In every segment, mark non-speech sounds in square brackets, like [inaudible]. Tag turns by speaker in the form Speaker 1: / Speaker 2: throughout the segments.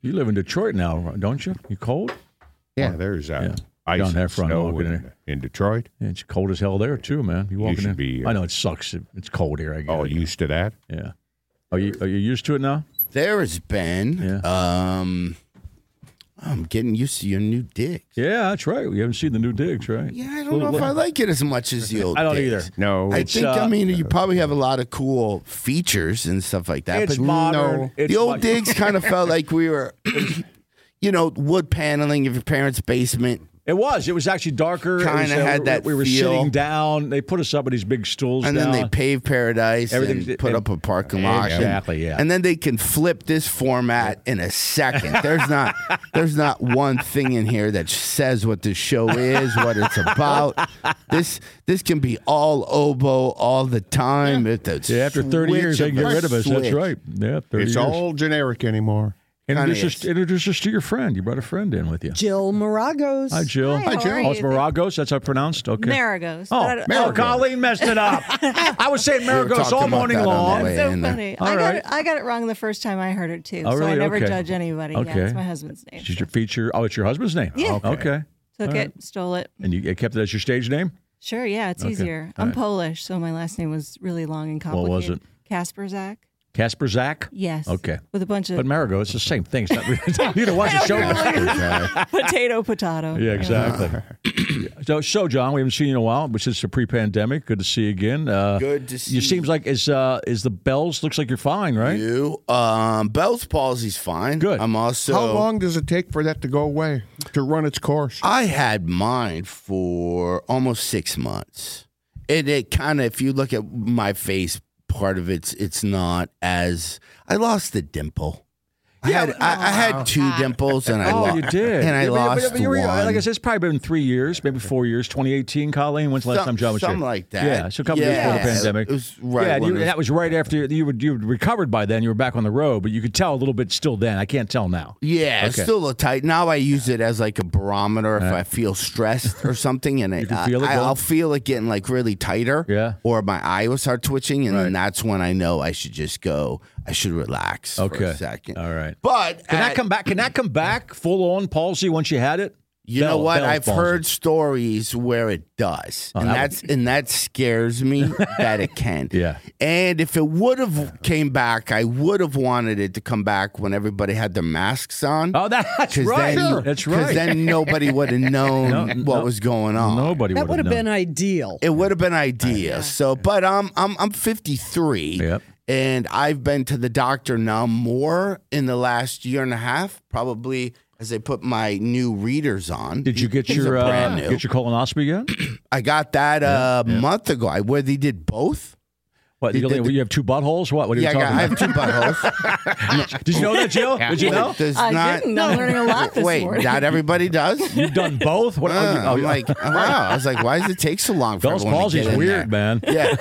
Speaker 1: You live in Detroit now, don't you? You cold?
Speaker 2: Yeah, there's uh,
Speaker 1: Yeah.
Speaker 2: ice
Speaker 1: Down there
Speaker 2: and
Speaker 1: front,
Speaker 2: snow
Speaker 1: walking
Speaker 2: in, uh,
Speaker 1: there.
Speaker 2: in Detroit.
Speaker 1: Yeah, It's cold as hell there too, man. You walking
Speaker 2: should
Speaker 1: in?
Speaker 2: be, Oh. uh,
Speaker 1: I know it sucks. It- It's cold here. I guess.
Speaker 2: All used to that.
Speaker 1: Yeah. Are you are you used to it now?
Speaker 3: There has been. Um, I'm getting used to your new digs.
Speaker 1: Yeah, that's right. We haven't seen the new digs, right?
Speaker 3: Yeah, I don't know if I like it as much
Speaker 1: [laughs]
Speaker 3: as the old.
Speaker 1: I don't
Speaker 3: days.
Speaker 1: either.
Speaker 2: No,
Speaker 3: I
Speaker 1: It's,
Speaker 3: think
Speaker 1: uh,
Speaker 3: I mean you probably have a lot of cool features and stuff like that.
Speaker 1: It's
Speaker 3: but
Speaker 1: modern.
Speaker 3: No,
Speaker 1: It's
Speaker 3: the old
Speaker 1: modern.
Speaker 3: digs kind of felt like we were, [coughs] you know, wood paneling of your parents' basement.
Speaker 1: It was. It was actually darker. It
Speaker 3: Kinda
Speaker 1: was, uh,
Speaker 3: had
Speaker 1: we-
Speaker 3: that
Speaker 1: We were
Speaker 3: feel.
Speaker 1: sitting down. They put us up on these big stools.
Speaker 3: And
Speaker 1: down.
Speaker 3: then they paved paradise and
Speaker 1: Everything's-
Speaker 3: put
Speaker 1: and-
Speaker 3: up a parking lot. and-
Speaker 1: Exactly, yeah.
Speaker 3: And then they can flip this format in a second. There's not there's not one thing in here that says what this show is, what it's about. This this can be all oboe all the time. If the
Speaker 1: Yeah, after 30
Speaker 3: switch
Speaker 1: years, they
Speaker 3: of
Speaker 1: can get
Speaker 3: a
Speaker 1: rid of us. That's
Speaker 3: switch.
Speaker 1: right. Yeah, 30
Speaker 2: it's
Speaker 1: years.
Speaker 2: all generic anymore.
Speaker 1: introduce, us,
Speaker 3: is.
Speaker 1: introduce us to your friend. You brought a friend in with you.
Speaker 4: Jill Moragos.
Speaker 1: Hi, Jill.
Speaker 5: Hi, Hi, how Jill. are
Speaker 1: Oh, it's
Speaker 5: you?
Speaker 1: Maragos. That's how it's pronounced. Okay.
Speaker 5: Maragos.
Speaker 1: Oh,
Speaker 5: But I-
Speaker 1: oh, Colleen messed it
Speaker 3: [laughs]
Speaker 1: up. I was saying
Speaker 3: were
Speaker 1: Maragos
Speaker 3: talking
Speaker 1: all
Speaker 3: about
Speaker 1: morning
Speaker 3: that on the
Speaker 1: long.
Speaker 3: way.
Speaker 5: So
Speaker 3: in there.
Speaker 5: funny.
Speaker 1: All
Speaker 5: I, got
Speaker 1: right.
Speaker 5: it, I got it wrong the first time I heard it too.
Speaker 1: Oh,
Speaker 5: so I
Speaker 1: really?
Speaker 5: never
Speaker 1: Okay.
Speaker 5: judge anybody.
Speaker 1: Okay.
Speaker 5: Yeah, it's my husband's name.
Speaker 1: She's your feature. Oh, it's your husband's name.
Speaker 5: Yeah.
Speaker 1: Okay. okay.
Speaker 5: Took
Speaker 1: all
Speaker 5: it, stole it.
Speaker 1: And you kept it as your stage name?
Speaker 5: Sure, yeah, it's easier.
Speaker 1: All
Speaker 5: I'm
Speaker 1: right.
Speaker 5: Polish, so my last name was really long and
Speaker 1: What
Speaker 5: complicated.
Speaker 1: was
Speaker 5: Kasper Zach.
Speaker 1: Casper Zach?
Speaker 5: Yes.
Speaker 1: Okay.
Speaker 5: With a bunch
Speaker 1: But
Speaker 5: of
Speaker 1: Marigo, it's the same thing. It's not, you don't [laughs] watch the show.
Speaker 3: [laughs]
Speaker 5: [laughs] potato, potato.
Speaker 1: Yeah, exactly. so, so, John, we haven't seen you in a while, which is the pre-pandemic. Good to see you again. Uh,
Speaker 3: Good to see
Speaker 1: You seems like is uh, is the bells. Looks like you're fine, right?
Speaker 3: you. Um, Bell's palsy's fine.
Speaker 1: Good.
Speaker 3: I'm also.
Speaker 2: How long does it take for that to go away to run its course?
Speaker 3: I had mine for almost six months. It it kind of if you look at my face, part of it's it's not as I lost the dimple. I had I, I had two dimples and I
Speaker 1: Oh,
Speaker 3: lo-
Speaker 1: you did.
Speaker 3: and I
Speaker 1: Yeah, but-
Speaker 3: lost
Speaker 1: but you were-
Speaker 3: one.
Speaker 1: Like I said, it's probably been three years, maybe four years. 2018, Colleen. When's the last
Speaker 3: Some-
Speaker 1: time John was
Speaker 3: something
Speaker 1: here?
Speaker 3: like that.
Speaker 1: Yeah, so a couple years before the
Speaker 3: Yeah.
Speaker 1: pandemic.
Speaker 3: It was right
Speaker 1: Yeah, and, you,
Speaker 3: when it
Speaker 1: and
Speaker 3: was-
Speaker 1: that was right after you were you had recovered by then. You were back on the road, but you could tell a little bit still then. I can't tell now.
Speaker 3: Yeah, it's
Speaker 1: Okay.
Speaker 3: still a tight. Now I use it as like a barometer if I feel stressed or
Speaker 1: [laughs]
Speaker 3: something, and it, uh,
Speaker 1: can feel it
Speaker 3: I,
Speaker 1: going?
Speaker 3: I'll feel it getting like really tighter.
Speaker 1: Yeah.
Speaker 3: or my eye will start twitching, and
Speaker 1: Right.
Speaker 3: then that's when I know I should just go. I should relax for
Speaker 1: Okay.
Speaker 3: a second.
Speaker 1: All right.
Speaker 3: But
Speaker 1: Can
Speaker 3: at-
Speaker 1: that come back? Can that come back full on palsy once you had it?
Speaker 3: You
Speaker 1: Bell-
Speaker 3: know what?
Speaker 1: Bell's Oh,
Speaker 3: I've
Speaker 1: palsy.
Speaker 3: heard stories where it does, and that's and that scares me that it can.
Speaker 1: [laughs] Yeah.
Speaker 3: And if it would have came back, I would have wanted it to come back when everybody had their masks on.
Speaker 1: Oh, that's
Speaker 3: Because
Speaker 1: right.
Speaker 3: then,
Speaker 1: That's
Speaker 3: 'cause
Speaker 1: right.
Speaker 3: then nobody
Speaker 1: [laughs]
Speaker 3: would have known
Speaker 1: No,
Speaker 3: what
Speaker 1: no.
Speaker 3: was going on.
Speaker 1: Nobody
Speaker 4: that would have
Speaker 1: known.
Speaker 4: been ideal.
Speaker 3: It would have been ideal. So, but I'm I'm I'm 53,
Speaker 1: Yep.
Speaker 3: and I've been to the doctor now more in the last year and a half, probably as I put my new readers on.
Speaker 1: Did you get
Speaker 3: These
Speaker 1: your
Speaker 3: are
Speaker 1: uh,
Speaker 3: brand new?
Speaker 1: get your colonoscopy yet?
Speaker 3: I got that a month ago. I where they did both.
Speaker 1: What you, only- you have two buttholes? What? What are
Speaker 3: yeah, I,
Speaker 1: you
Speaker 3: got, I
Speaker 1: talking
Speaker 3: have two buttholes.
Speaker 1: about? Did you know that,
Speaker 3: [laughs]
Speaker 1: Jill? [laughs] Did you
Speaker 3: Wait,
Speaker 1: know?
Speaker 3: does
Speaker 5: I
Speaker 3: not-
Speaker 5: didn't. I'm learning a lot this
Speaker 3: Wait,
Speaker 5: morning. [laughs]
Speaker 3: not
Speaker 1: [laughs]
Speaker 3: everybody does.
Speaker 1: You've done both. What?
Speaker 3: Uh,
Speaker 1: oh,
Speaker 3: I'm like, wow. I was like, why does it take so long for
Speaker 1: Bell's
Speaker 3: everyone
Speaker 1: palsy's
Speaker 3: to get in there?
Speaker 1: weird, man. [laughs]
Speaker 3: Yeah,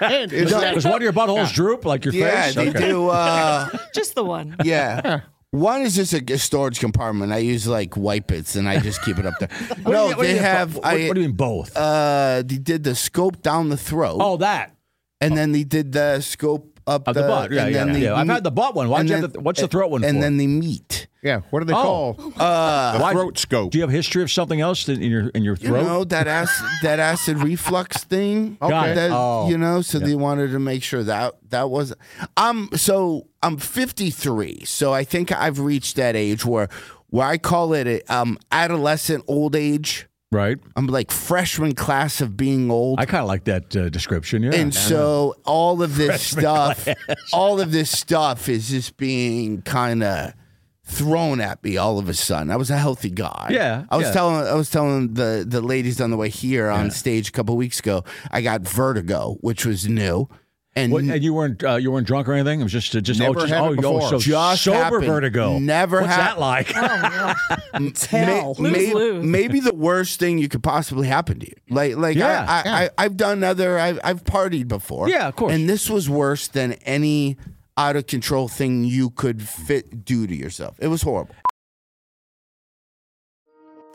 Speaker 1: Is, does one of your buttholes droop like your
Speaker 3: yeah,
Speaker 1: face?
Speaker 3: they do. Uh,
Speaker 5: Just the one.
Speaker 1: [laughs]
Speaker 3: Yeah. One is just a storage compartment. I use like wipe its and I just keep it up there.
Speaker 1: [laughs] What do you
Speaker 3: no,
Speaker 1: mean- what do you
Speaker 3: they
Speaker 1: mean,
Speaker 3: have.
Speaker 1: What,
Speaker 3: I
Speaker 1: what do you mean both?
Speaker 3: uh, they did the scope down the throat,
Speaker 1: oh, that.
Speaker 3: and then they did the scope up
Speaker 1: Of the butt, yeah,
Speaker 3: and
Speaker 1: yeah,
Speaker 3: then
Speaker 1: yeah.
Speaker 3: the
Speaker 1: I've
Speaker 3: meat-
Speaker 1: had the butt one. Why'd
Speaker 3: and
Speaker 1: you have the- what's the throat one
Speaker 3: And
Speaker 1: for?
Speaker 3: then the meat.
Speaker 2: Yeah, what do they
Speaker 1: Oh.
Speaker 2: call
Speaker 3: Uh,
Speaker 2: the
Speaker 1: Why-
Speaker 2: throat scope?
Speaker 1: Do you have history of something else in in your in your
Speaker 3: you
Speaker 1: throat?
Speaker 3: know that acid, that acid reflux thing.
Speaker 1: Got it.
Speaker 3: That,
Speaker 1: Oh.
Speaker 3: You know, so they wanted to make sure that that was. I'm so I'm 53, so I think I've reached that age where where I call it a, um adolescent old age.
Speaker 1: right.
Speaker 3: I'm like freshman class of being old.
Speaker 1: I kind of like that uh, description. Yeah.
Speaker 3: and so all of this stuff, all of this stuff is just being kind of thrown at me all of a sudden. I was a healthy guy.
Speaker 1: Yeah,
Speaker 3: I was
Speaker 1: yeah.
Speaker 3: telling I was telling the the ladies on the way here on stage a couple weeks ago, I got vertigo, which was new. and
Speaker 1: What, and you weren't uh, you weren't drunk or anything. It was just uh, just oh,
Speaker 2: Never
Speaker 1: just,
Speaker 2: had
Speaker 1: oh,
Speaker 2: it
Speaker 1: yo,
Speaker 2: before.
Speaker 1: so
Speaker 3: Just
Speaker 1: sober
Speaker 3: happened.
Speaker 1: vertigo.
Speaker 3: Never
Speaker 1: What's
Speaker 3: hap-
Speaker 1: that like?
Speaker 4: Hell.
Speaker 3: May- may-
Speaker 5: lose.
Speaker 3: Maybe the worst thing you could possibly happen to you. Like, like
Speaker 1: Yeah,
Speaker 3: I, I,
Speaker 2: yeah.
Speaker 3: I, I've done other, I've, I've partied before.
Speaker 1: Yeah, of course.
Speaker 3: And this was worse than any out of control thing you could fit do to yourself. It was horrible.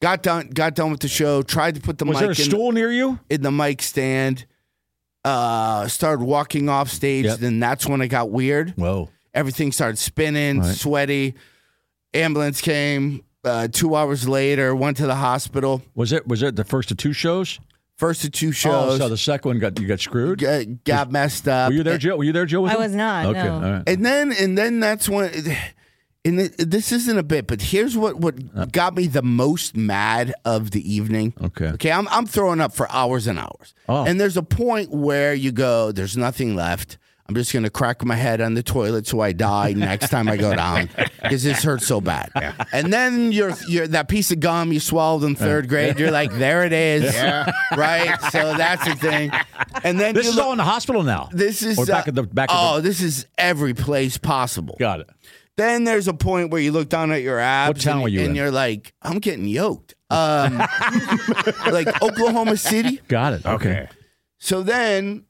Speaker 3: Got done, got done with the show. Tried to put the
Speaker 1: Was
Speaker 3: mic
Speaker 1: there a
Speaker 3: in,
Speaker 1: stool near you?
Speaker 3: in the mic stand. Uh, started walking off stage.
Speaker 1: Yep.
Speaker 3: Then that's when it got weird.
Speaker 1: Whoa.
Speaker 3: Everything started spinning,
Speaker 1: Right.
Speaker 3: sweaty. Ambulance came. Uh, two hours later, went to the hospital.
Speaker 1: Was it was it the first of two shows?
Speaker 3: First of two
Speaker 1: Oh,
Speaker 3: shows
Speaker 1: so the second one got you got screwed.
Speaker 3: g- uh, got messed up.
Speaker 1: Were you there, Joe? Were you there, Joe? with
Speaker 4: I
Speaker 1: him?
Speaker 4: was not,
Speaker 1: Okay,
Speaker 4: no.
Speaker 1: all right.
Speaker 3: And then, and then that's when. And th- this isn't a bit, but here's what
Speaker 1: Uh.
Speaker 3: what got me the most mad of the evening.
Speaker 1: Okay.
Speaker 3: Okay, I'm I'm throwing up for hours and hours.
Speaker 1: Oh.
Speaker 3: And there's a point where you go, there's nothing left. I'm just gonna crack my head on the toilet so I die next time
Speaker 1: [laughs]
Speaker 3: I go down because this hurts so bad. And then you're, you're that piece of gum you swallowed in third grade. You're like, there it is, right? So that's the thing. And then
Speaker 1: This
Speaker 3: you
Speaker 1: is
Speaker 3: look-
Speaker 1: all in the hospital now.
Speaker 3: This is
Speaker 1: or back
Speaker 3: uh,
Speaker 1: at the back.
Speaker 3: Oh,
Speaker 1: of
Speaker 3: this is every place possible.
Speaker 1: the, got it.
Speaker 3: Then there's a point where you look down at your abs.
Speaker 1: town
Speaker 3: and,
Speaker 1: were you
Speaker 3: And
Speaker 1: in?
Speaker 3: you're like, I'm getting yoked. Um, [laughs] like Oklahoma City.
Speaker 1: Got it. Okay.
Speaker 3: So then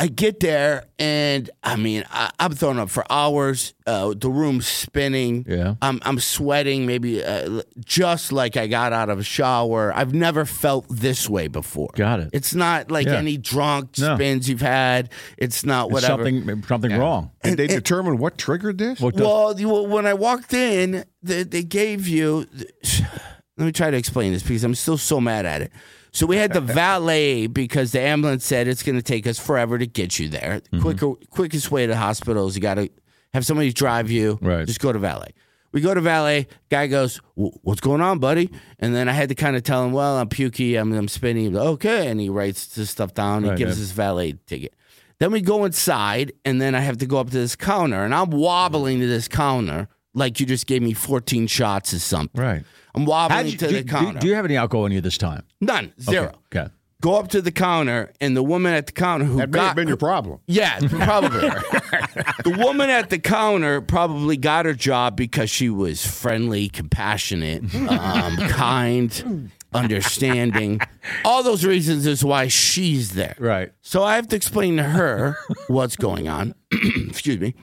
Speaker 3: I get there, and I mean, I, I'm throwing up for hours. Uh, the room's spinning.
Speaker 1: Yeah.
Speaker 3: I'm, I'm sweating, maybe uh, just like I got out of a shower. I've never felt this way before.
Speaker 1: Got it.
Speaker 3: It's not like
Speaker 1: Yeah.
Speaker 3: any drunk
Speaker 1: No.
Speaker 3: spins you've had. It's not
Speaker 1: It's
Speaker 3: whatever.
Speaker 1: Something something wrong.
Speaker 2: And they determined what triggered this?
Speaker 1: What the-
Speaker 3: Well, you, well, when I walked in, they, they gave you. [sighs] Let me try to explain this because I'm still so mad at it. So
Speaker 1: [laughs]
Speaker 3: we had the valet because the ambulance said it's going to take us forever to get you there.
Speaker 1: Mm-hmm.
Speaker 3: The Quicker, quickest way to the hospital is you got to have somebody drive you.
Speaker 1: Right.
Speaker 3: Just go to valet. We go to valet. Guy goes, "Wh- "What's going on, buddy?" And then I had to kind of tell him, "Well, I'm pukey. I'm, I'm spinning." He goes, okay, and he writes this stuff down. He
Speaker 1: Right,
Speaker 3: gives
Speaker 1: yeah.
Speaker 3: his valet ticket. Then we go inside, and then I have to go up to this counter, and I'm wobbling to this counter like you just gave me 14 shots or something.
Speaker 1: Right.
Speaker 3: I'm wobbling
Speaker 1: How'd you-
Speaker 3: to
Speaker 1: do,
Speaker 3: the
Speaker 1: do-
Speaker 3: counter.
Speaker 1: do you have any alcohol in you this time?
Speaker 3: None, zero.
Speaker 1: Okay. okay.
Speaker 3: Go up to the counter, and the woman at the counter who
Speaker 2: that may
Speaker 3: got
Speaker 2: have been your problem.
Speaker 3: [laughs] yeah, probably. the woman at the counter probably got her job because she was friendly, compassionate, um, [laughs] kind, understanding. All those reasons is why she's there.
Speaker 1: Right.
Speaker 3: So I have to explain to her what's going on. [clears throat] Excuse me.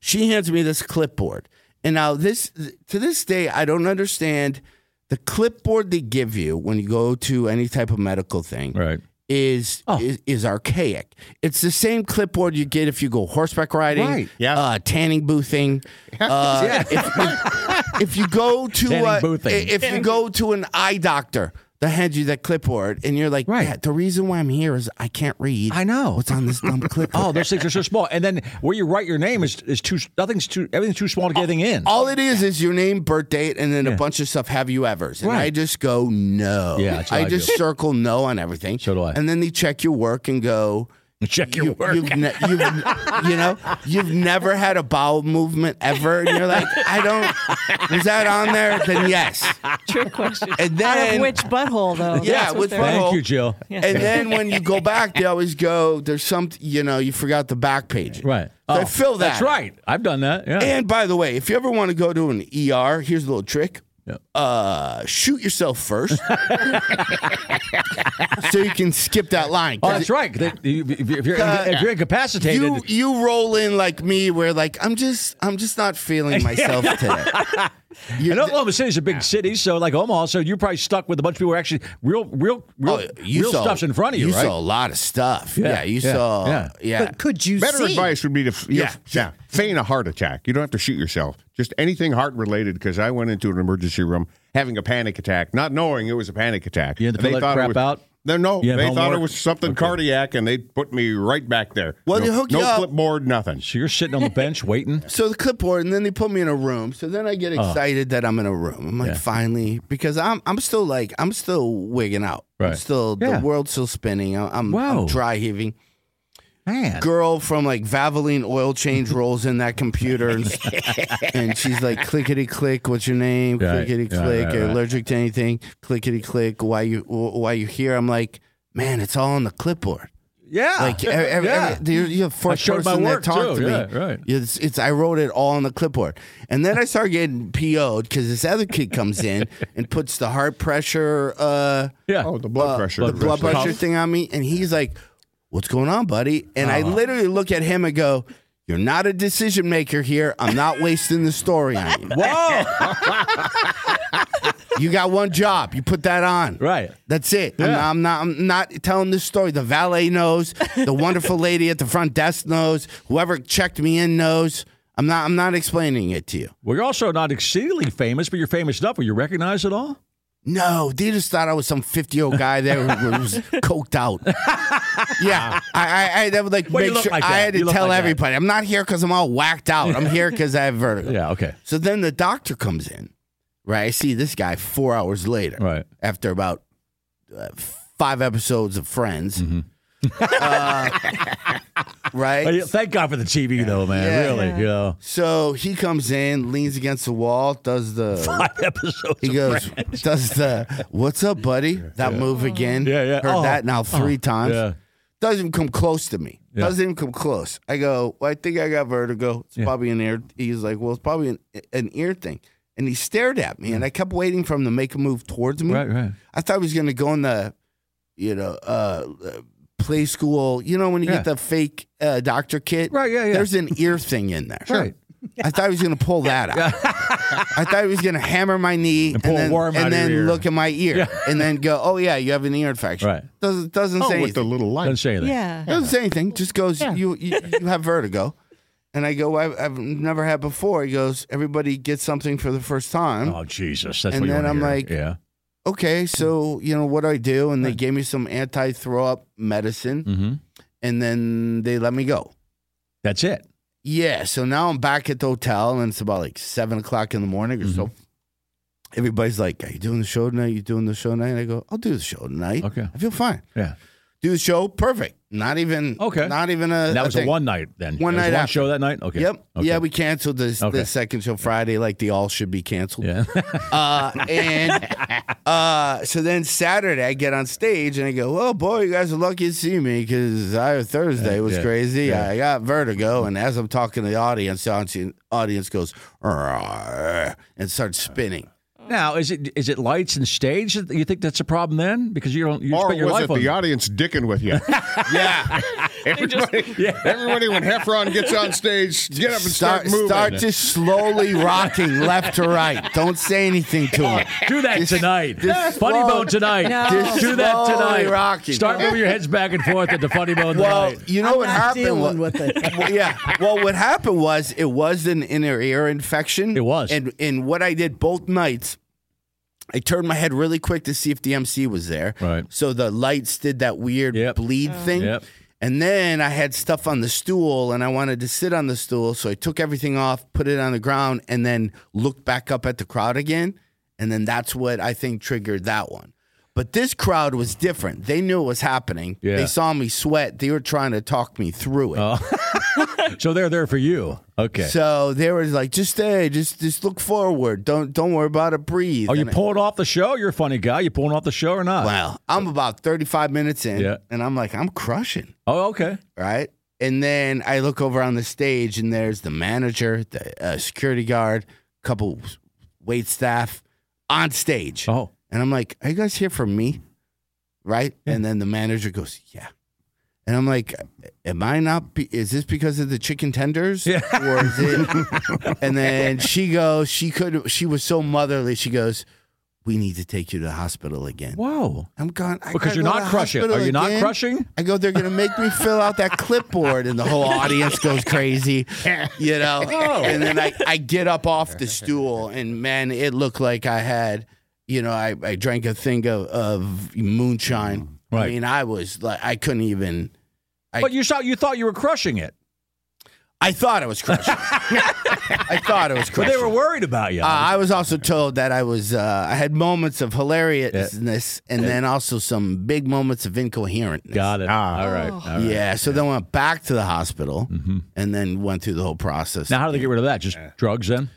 Speaker 3: She hands me this clipboard. And now this to this day I don't understand the clipboard they give you when you go to any type of medical thing
Speaker 1: Right.
Speaker 3: is,
Speaker 1: Oh.
Speaker 3: is is archaic. It's the same clipboard you get if you go horseback riding,
Speaker 1: Right,
Speaker 2: yeah.
Speaker 3: uh, tanning
Speaker 1: [laughs]
Speaker 3: boothing. Uh, if, if, if you go to
Speaker 1: Tanning
Speaker 3: uh,
Speaker 1: boothing.
Speaker 3: if you go to an eye doctor, they hand you that clipboard, and you're like,
Speaker 1: Right.
Speaker 3: "Yeah, the reason why I'm here is I can't read.
Speaker 1: I know.
Speaker 3: what's on
Speaker 1: [laughs]
Speaker 3: this dumb clipboard.
Speaker 1: [laughs] Oh, those things are so small. And then where you write your name is is too nothing's too everything's too small to get anything in.
Speaker 3: All it is is your name, birth date, and then a bunch of stuff. Have you ever's? And
Speaker 1: Right.
Speaker 3: I just go no.
Speaker 1: Yeah, that's what
Speaker 3: I
Speaker 1: I
Speaker 3: just
Speaker 1: do.
Speaker 3: circle no on everything.
Speaker 1: So do I.
Speaker 3: And then they check your work and go.
Speaker 1: Check your
Speaker 3: you,
Speaker 1: work.
Speaker 3: You've ne- you've- you know, you've never had a bowel movement ever. And you're like, I don't. Was that on there? Then yes.
Speaker 5: Trick question.
Speaker 3: And
Speaker 5: Out
Speaker 3: then
Speaker 5: of which butthole though?
Speaker 3: [laughs] Yeah,
Speaker 5: That's what
Speaker 3: which
Speaker 5: they're-
Speaker 3: butthole?
Speaker 1: Thank you, Jill.
Speaker 3: And then when you go back, they always go, "There's some, you know, you forgot the back page."
Speaker 1: Right. Oh,
Speaker 3: So I fill that. [laughs]
Speaker 1: That's right. I've done that. Yeah.
Speaker 3: And by the way, if you ever want to go to an ER, E here's a little trick. Uh, shoot yourself first, [laughs] so you can skip that line.
Speaker 1: Oh,
Speaker 3: 'Cause
Speaker 1: that's right. That- you- If you're,
Speaker 3: Uh,
Speaker 1: if you're incapacitated,
Speaker 3: You you roll in like me, where like I'm just I'm just
Speaker 1: [laughs]
Speaker 3: not feeling myself today. You-
Speaker 1: and Oklahoma City's a big city, so like Omaha, so you're probably stuck with a bunch of people who are actually real, real, real,
Speaker 3: Oh, you
Speaker 1: real
Speaker 3: saw-
Speaker 1: stuff's in front of you,
Speaker 3: You
Speaker 1: right?
Speaker 3: saw a lot of stuff.
Speaker 1: Yeah,
Speaker 3: Yeah, you
Speaker 1: yeah,
Speaker 3: saw.
Speaker 1: yeah.
Speaker 3: Yeah,
Speaker 4: But could you
Speaker 2: Better
Speaker 4: see?
Speaker 2: advice would be to f- you know,
Speaker 3: Yeah.
Speaker 2: f- yeah, feign a heart attack. You don't have to shoot yourself. Just anything heart related. Because I went into an emergency room having a panic attack, not knowing it was a panic attack.
Speaker 1: You had to
Speaker 2: And
Speaker 1: fill
Speaker 2: they
Speaker 1: that
Speaker 2: thought it
Speaker 1: crap
Speaker 2: was-
Speaker 1: out?
Speaker 2: No, no,
Speaker 1: You had
Speaker 2: they thought
Speaker 1: homework?
Speaker 2: it was something cardiac, and they put me right back there.
Speaker 3: Well,
Speaker 2: no,
Speaker 3: they hook you
Speaker 2: no
Speaker 3: up.
Speaker 2: clipboard, nothing.
Speaker 1: So you're sitting on the
Speaker 3: [laughs]
Speaker 1: bench waiting.
Speaker 3: So the clipboard, and then they put me in a room. So then I get
Speaker 1: Oh.
Speaker 3: excited that I'm in a room. I'm like, finally, because I'm I'm still like I'm still wigging out. I'm
Speaker 1: Right.
Speaker 3: still
Speaker 1: Yeah.
Speaker 3: the world's still spinning. I'm, I'm,
Speaker 1: Wow.
Speaker 3: I'm dry heaving.
Speaker 1: Man.
Speaker 3: Girl from like Valvoline
Speaker 1: [laughs]
Speaker 3: oil change rolls in that computer, and, and she's like, clickety click. What's your name?
Speaker 1: Right.
Speaker 3: Clickety click.
Speaker 1: Right, right, right.
Speaker 3: Allergic to anything? Clickety click. Why you why you here? I'm like, man, it's all on the clipboard.
Speaker 1: Yeah.
Speaker 3: Like every, every,
Speaker 1: Ah. yeah.
Speaker 3: every, you're, you're the first
Speaker 1: showed my
Speaker 3: person
Speaker 1: work,
Speaker 3: that talked
Speaker 1: too.
Speaker 3: to me.
Speaker 1: Yeah, right.
Speaker 3: It's, it's I wrote it all on the clipboard, and then I start getting PO'd because this other kid
Speaker 1: [laughs]
Speaker 3: comes in and puts the heart pressure, uh,
Speaker 1: yeah. [laughs]
Speaker 2: Oh, the blood
Speaker 3: uh,
Speaker 2: pressure.
Speaker 3: the blood
Speaker 1: pressure.
Speaker 3: pressure thing on me, and he's like, "What's going on, buddy?" And
Speaker 1: Uh-huh.
Speaker 3: I literally look at him and go. You're not a decision maker here. I'm not wasting the
Speaker 1: [laughs]
Speaker 3: story on you.
Speaker 1: Whoa.
Speaker 3: You got one job. You put that on.
Speaker 1: Right.
Speaker 3: That's it. I'm,
Speaker 1: Yeah.
Speaker 3: not, I'm not. I'm not telling this story. The valet knows.
Speaker 1: [laughs]
Speaker 3: The wonderful lady at the front desk knows. Whoever checked me in knows. I'm not. I'm not explaining it to you.
Speaker 1: well, you're also not exceedingly famous, but you're famous enough. Were you recognized at all?
Speaker 3: No, they just thought I was some 50 year old guy there who
Speaker 1: [laughs]
Speaker 3: was coked out. yeah, I, I, I that would like
Speaker 1: Well, you
Speaker 3: make
Speaker 1: look
Speaker 3: sure
Speaker 1: like
Speaker 3: I
Speaker 1: that.
Speaker 3: had to
Speaker 1: You look
Speaker 3: tell
Speaker 1: like that.
Speaker 3: everybody I'm not here because I'm all whacked out.
Speaker 1: [laughs]
Speaker 3: I'm here because I have vertigo.
Speaker 1: Yeah. Okay.
Speaker 3: So then the doctor comes in, right? I see this guy four hours later,
Speaker 1: Right.
Speaker 3: After about uh, five episodes of Friends,
Speaker 1: Mm-hmm.
Speaker 3: uh, [laughs] right?
Speaker 1: But yeah, thank God for the TV, though, man.
Speaker 3: Yeah.
Speaker 1: Really. You know, [laughs]
Speaker 3: so he comes in, leans against the wall, does
Speaker 1: [laughs]
Speaker 3: the.
Speaker 1: five episodes.
Speaker 3: He
Speaker 1: of
Speaker 3: goes,
Speaker 1: Friends.
Speaker 3: does the what's up, buddy? That move again.
Speaker 1: Yeah, yeah.
Speaker 3: Heard
Speaker 1: Oh.
Speaker 3: that now three times.
Speaker 1: Yeah.
Speaker 3: Doesn't even come close to me.
Speaker 1: Yeah.
Speaker 3: Doesn't even come close. I go, well, I think I got vertigo. It's
Speaker 1: Yeah.
Speaker 3: probably an ear. He's like, well, it's probably an, an ear thing. And he stared at me, and I kept waiting for him to make a move towards me.
Speaker 1: Right. Right.
Speaker 3: I thought he was going to go in the, you know, uh, uh, play school. You know, when you
Speaker 1: Yeah.
Speaker 3: get the fake uh, doctor kit.
Speaker 1: Right, yeah, yeah.
Speaker 3: There's an ear thing in there.
Speaker 1: Right.
Speaker 3: I thought he was going to pull that out. I thought he was going to hammer my knee
Speaker 1: And
Speaker 3: and,
Speaker 1: pull a
Speaker 3: then,
Speaker 1: worm out
Speaker 3: and
Speaker 1: of your
Speaker 3: then
Speaker 1: ear.
Speaker 3: look at my ear and then go, oh, yeah, you have an ear infection.
Speaker 1: Right.
Speaker 3: Doesn't, doesn't say
Speaker 2: Oh, with
Speaker 3: anything.
Speaker 2: the little light.
Speaker 1: Doesn't say anything.
Speaker 5: Yeah.
Speaker 3: Doesn't say anything. Just goes, you, you you have vertigo, and I go, I've, I've never had before. He goes, everybody gets something for the first time.
Speaker 1: Oh Jesus. That's
Speaker 3: And
Speaker 1: what you
Speaker 3: then
Speaker 1: wanna
Speaker 3: I'm
Speaker 1: hear.
Speaker 3: like-
Speaker 1: yeah. Hmm.
Speaker 3: Okay, so you know what do I do? And they gave me some anti throw up medicine,
Speaker 1: Mm-hmm.
Speaker 3: and then they let me go.
Speaker 1: That's it.
Speaker 3: Yeah, so now I'm back at the hotel, and it's about like seven o'clock in the morning or so.
Speaker 1: Mm-hmm.
Speaker 3: Everybody's like, "Are you doing the show tonight? You doing the show tonight?" And I go, "I'll do the show tonight.
Speaker 1: Okay.
Speaker 3: I feel fine.
Speaker 1: Yeah.
Speaker 3: Do the show, perfect. Not even
Speaker 1: Okay.
Speaker 3: Not even a.
Speaker 1: And that was a
Speaker 3: thing.
Speaker 1: one night then.
Speaker 3: One
Speaker 1: There was
Speaker 3: night
Speaker 1: One
Speaker 3: after.
Speaker 1: show that night. Okay.
Speaker 3: Yep.
Speaker 1: Okay.
Speaker 3: Yeah, we canceled this
Speaker 1: Okay.
Speaker 3: the second show Friday, like the all should be canceled.
Speaker 1: Yeah. [laughs]
Speaker 3: Uh, and uh, so then Saturday, I get on stage and I go, "Oh boy, you guys are lucky to see me because I Thursday was
Speaker 1: Yeah,
Speaker 3: crazy.
Speaker 1: yeah.
Speaker 3: I got vertigo." And as I'm talking to the audience, the audience- audience goes "Arr," and starts spinning.
Speaker 1: Now, is it is it lights and stage? that You think that's a problem then? Because you don't you
Speaker 2: Or
Speaker 1: spent your
Speaker 2: was
Speaker 1: life
Speaker 2: it
Speaker 1: on
Speaker 2: the audience dicking
Speaker 1: [laughs]
Speaker 2: with you?
Speaker 3: Yeah,
Speaker 2: everybody, everybody, when Heffron gets on stage, get up and start,
Speaker 3: start
Speaker 2: moving.
Speaker 3: start just slowly rocking left to right. Don't say anything to him.
Speaker 1: Do that tonight. funny
Speaker 3: slow-
Speaker 1: bone tonight.
Speaker 3: Just
Speaker 1: Do that
Speaker 3: slowly
Speaker 1: tonight.
Speaker 3: rocking.
Speaker 1: Start moving your heads back and forth at the funny bone
Speaker 3: Well,
Speaker 1: tonight.
Speaker 3: you know
Speaker 4: I'm
Speaker 3: what
Speaker 4: not
Speaker 3: happened?
Speaker 4: dealing
Speaker 3: wa-
Speaker 4: with it.
Speaker 3: [laughs] well, yeah. Well, what happened was it was an inner ear infection.
Speaker 1: It was.
Speaker 3: And and what I did both nights, I turned my head really quick to see if the MC was there.
Speaker 1: Right.
Speaker 3: So the lights did that weird
Speaker 1: Yep.
Speaker 3: bleed
Speaker 4: Oh.
Speaker 3: thing.
Speaker 1: Yep.
Speaker 3: And then I had stuff on the stool and I wanted to sit on the stool. So I took everything off, put it on the ground, and then looked back up at the crowd again. And then that's what I think triggered that one. But this crowd was different. They knew it was happening.
Speaker 1: Yeah.
Speaker 3: They saw me sweat. They were trying to talk me through it.
Speaker 1: So they're there for you. Okay.
Speaker 3: So they were like, just stay, just just look forward. Don't don't worry about it. Breathe.
Speaker 1: Are Oh, you
Speaker 3: And I-
Speaker 1: pulling off the show? You're a funny guy. You pulling off the show or not?
Speaker 3: Wow. I'm about 35 minutes in,
Speaker 1: Yeah.
Speaker 3: and I'm like, I'm crushing.
Speaker 1: Oh, okay.
Speaker 3: right? And then I look over on the stage, and there's the manager, the uh, security guard, couple wait staff. on stage.
Speaker 1: Oh.
Speaker 3: And I'm like, are you guys here for me? Right? And then the manager goes, yeah. And I'm like, am I not? Be- is this because of the chicken tenders? Yeah. Or is
Speaker 1: [laughs]
Speaker 3: it? and then she goes, she could, she was so motherly. She goes, we need to take you to the hospital again.
Speaker 1: Whoa.
Speaker 3: I'm gone. I
Speaker 1: Because
Speaker 3: gotta
Speaker 1: you're
Speaker 3: go
Speaker 1: not
Speaker 3: to the
Speaker 1: crushing.
Speaker 3: hospital
Speaker 1: Are you not
Speaker 3: again.
Speaker 1: crushing?
Speaker 3: I go, they're going to make me fill out that clipboard, and the whole audience goes crazy, you know?
Speaker 1: Oh.
Speaker 3: And then I, I get up
Speaker 1: [laughs]
Speaker 3: off the stool, and man, it looked like I had, you know, I, I drank a thing of, of moonshine. I
Speaker 1: Right.
Speaker 3: mean, I was like, I couldn't even, I-
Speaker 1: but you saw you thought you were crushing it.
Speaker 3: I thought I was crushing. I thought I was
Speaker 1: But
Speaker 3: crushing.
Speaker 1: they were worried about you.
Speaker 3: Uh, I was also told that I was uh, I had moments of hilariousness and then also some big moments of incoherentness.
Speaker 1: Got it.
Speaker 2: Ah.
Speaker 1: All right. All right. Mm-hmm.
Speaker 3: Yeah, so then went back to the hospital and then went through the whole process.
Speaker 1: Now, how do they get rid of that? Just drugs then?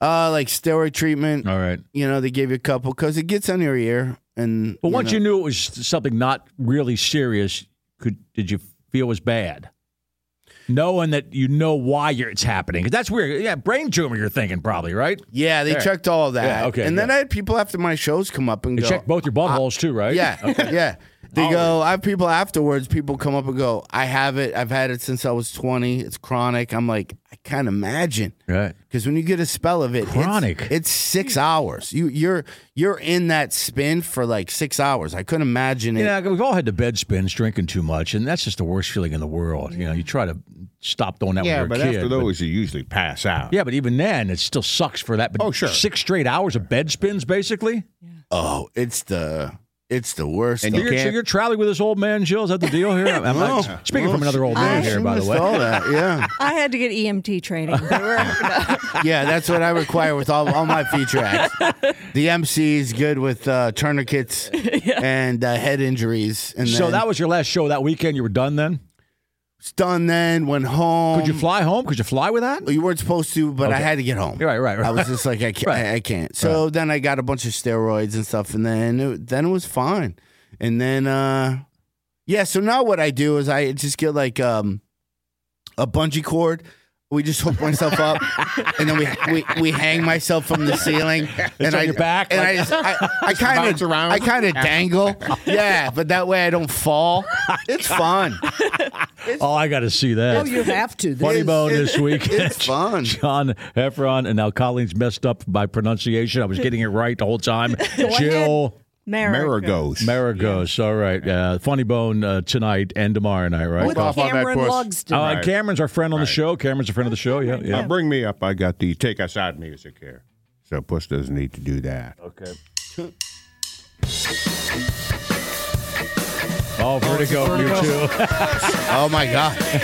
Speaker 3: uh, like steroid treatment,
Speaker 1: All right.
Speaker 3: you know, they gave you a couple because it gets under your ear. And
Speaker 1: But once you knew it was something not really serious, could did you feel was bad? Knowing that you know why you're, it's happening, 'Cause that's weird. Yeah, brain tumor. You're thinking probably right.
Speaker 3: yeah, they checked all that.
Speaker 1: Yeah, okay,
Speaker 3: and then
Speaker 1: yeah.
Speaker 3: I had people after my shows come up and
Speaker 1: They
Speaker 3: go,
Speaker 1: check both your buttholes too, right? [laughs]
Speaker 3: Yeah, yeah. They go. I have people afterwards. People come up and go. I have it. I've had it since I was twenty. It's chronic. I'm like, I can't imagine.
Speaker 1: Right.
Speaker 3: Because when you get a spell of it, it's-
Speaker 1: Chronic.
Speaker 3: It's, six hours. You you're you're in that spin for like six hours. I couldn't imagine it.
Speaker 1: You know, we've all had the bed spins, drinking too much, and that's just the worst feeling in the world. You know, you try to stop doing that
Speaker 2: Yeah,
Speaker 1: when
Speaker 2: but
Speaker 1: you're a kid.
Speaker 2: after those, you usually pass out.
Speaker 1: yeah, but even then, it still sucks for that. But
Speaker 2: Oh, sure.
Speaker 1: six straight hours of bed spins, basically.
Speaker 3: Oh, it's the it's the worst.
Speaker 2: And
Speaker 3: though.
Speaker 2: You
Speaker 1: You're, so
Speaker 2: can't-
Speaker 1: you're traveling with this old man, Jill. Is that the deal here? I'm not
Speaker 3: Oh,
Speaker 1: speaking
Speaker 3: well,
Speaker 1: from another old man
Speaker 3: she
Speaker 1: here, by the
Speaker 3: missed
Speaker 1: way.
Speaker 3: all that, Yeah,
Speaker 4: I had to get
Speaker 5: [laughs]
Speaker 4: EMT training. They were-
Speaker 3: yeah, that's what I require with all, all my feature acts. The MC is good with uh, tourniquets and uh, head injuries. And
Speaker 1: So
Speaker 3: then-
Speaker 1: that was your last show that weekend. You were done then.
Speaker 3: done then, went home.
Speaker 1: Could you fly home? Could you fly with that?
Speaker 3: You weren't supposed to, but I
Speaker 1: Okay.
Speaker 3: had to get home.
Speaker 1: Right, right, right.
Speaker 3: I was just like, I can't.
Speaker 1: Right.
Speaker 3: I, I can't. So then I got a bunch of steroids and stuff, and then it, then it was fine. And then, uh yeah. So now what I do is I just get like um a bungee cord. We just hook myself up, and then we, we we hang myself from the ceiling, and
Speaker 1: on
Speaker 3: I
Speaker 1: your back,
Speaker 3: and
Speaker 1: like-
Speaker 3: I just I, I kind
Speaker 2: bounce
Speaker 3: of
Speaker 2: around.
Speaker 3: I kind of dangle, yeah, but that way I don't fall.
Speaker 1: [laughs]
Speaker 3: It's fun.
Speaker 1: Oh, I got to see that.
Speaker 4: oh, you have to.
Speaker 1: Funny
Speaker 4: This,
Speaker 1: bone this week.
Speaker 3: It's
Speaker 1: [laughs]
Speaker 3: fun.
Speaker 1: John Heffron and now Colleen's messed up by pronunciation. I was getting it right the whole
Speaker 3: [laughs]
Speaker 1: time. Jill
Speaker 2: Marigos.
Speaker 1: Maragos. All right. Uh, Funny Bone uh, tonight and tomorrow night, right?
Speaker 4: With
Speaker 2: Fuck off on that
Speaker 4: Cameron
Speaker 2: puss.
Speaker 1: Uh,
Speaker 4: Logsdon.
Speaker 1: and Cameron's our friend on the show. Cameron's a friend of the show. Yeah,
Speaker 2: Now
Speaker 1: yeah.
Speaker 2: bring me up. I got the take us out music here. So Puss doesn't need to do that.
Speaker 1: Oh, Vertigo, you too.
Speaker 3: Oh my
Speaker 1: [laughs]
Speaker 3: god! I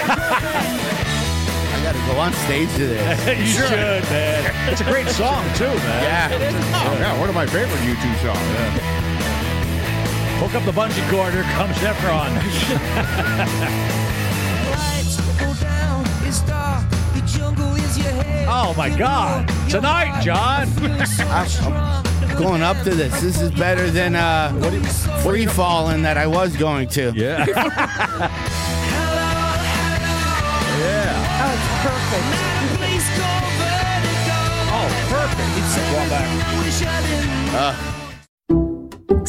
Speaker 3: gotta go on stage to this.
Speaker 1: you should, man. It's a great song too, man.
Speaker 3: Yeah,
Speaker 2: Oh, yeah, one of my favorite U2 songs.
Speaker 1: Hook up the bungee cord. Here comes Heffron. Oh my God! Tonight, John.
Speaker 3: going up to this. This is better than uh, free falling that I was going to.
Speaker 1: [laughs] Yeah. yeah.
Speaker 4: Oh, it's perfect.
Speaker 1: Oh, perfect.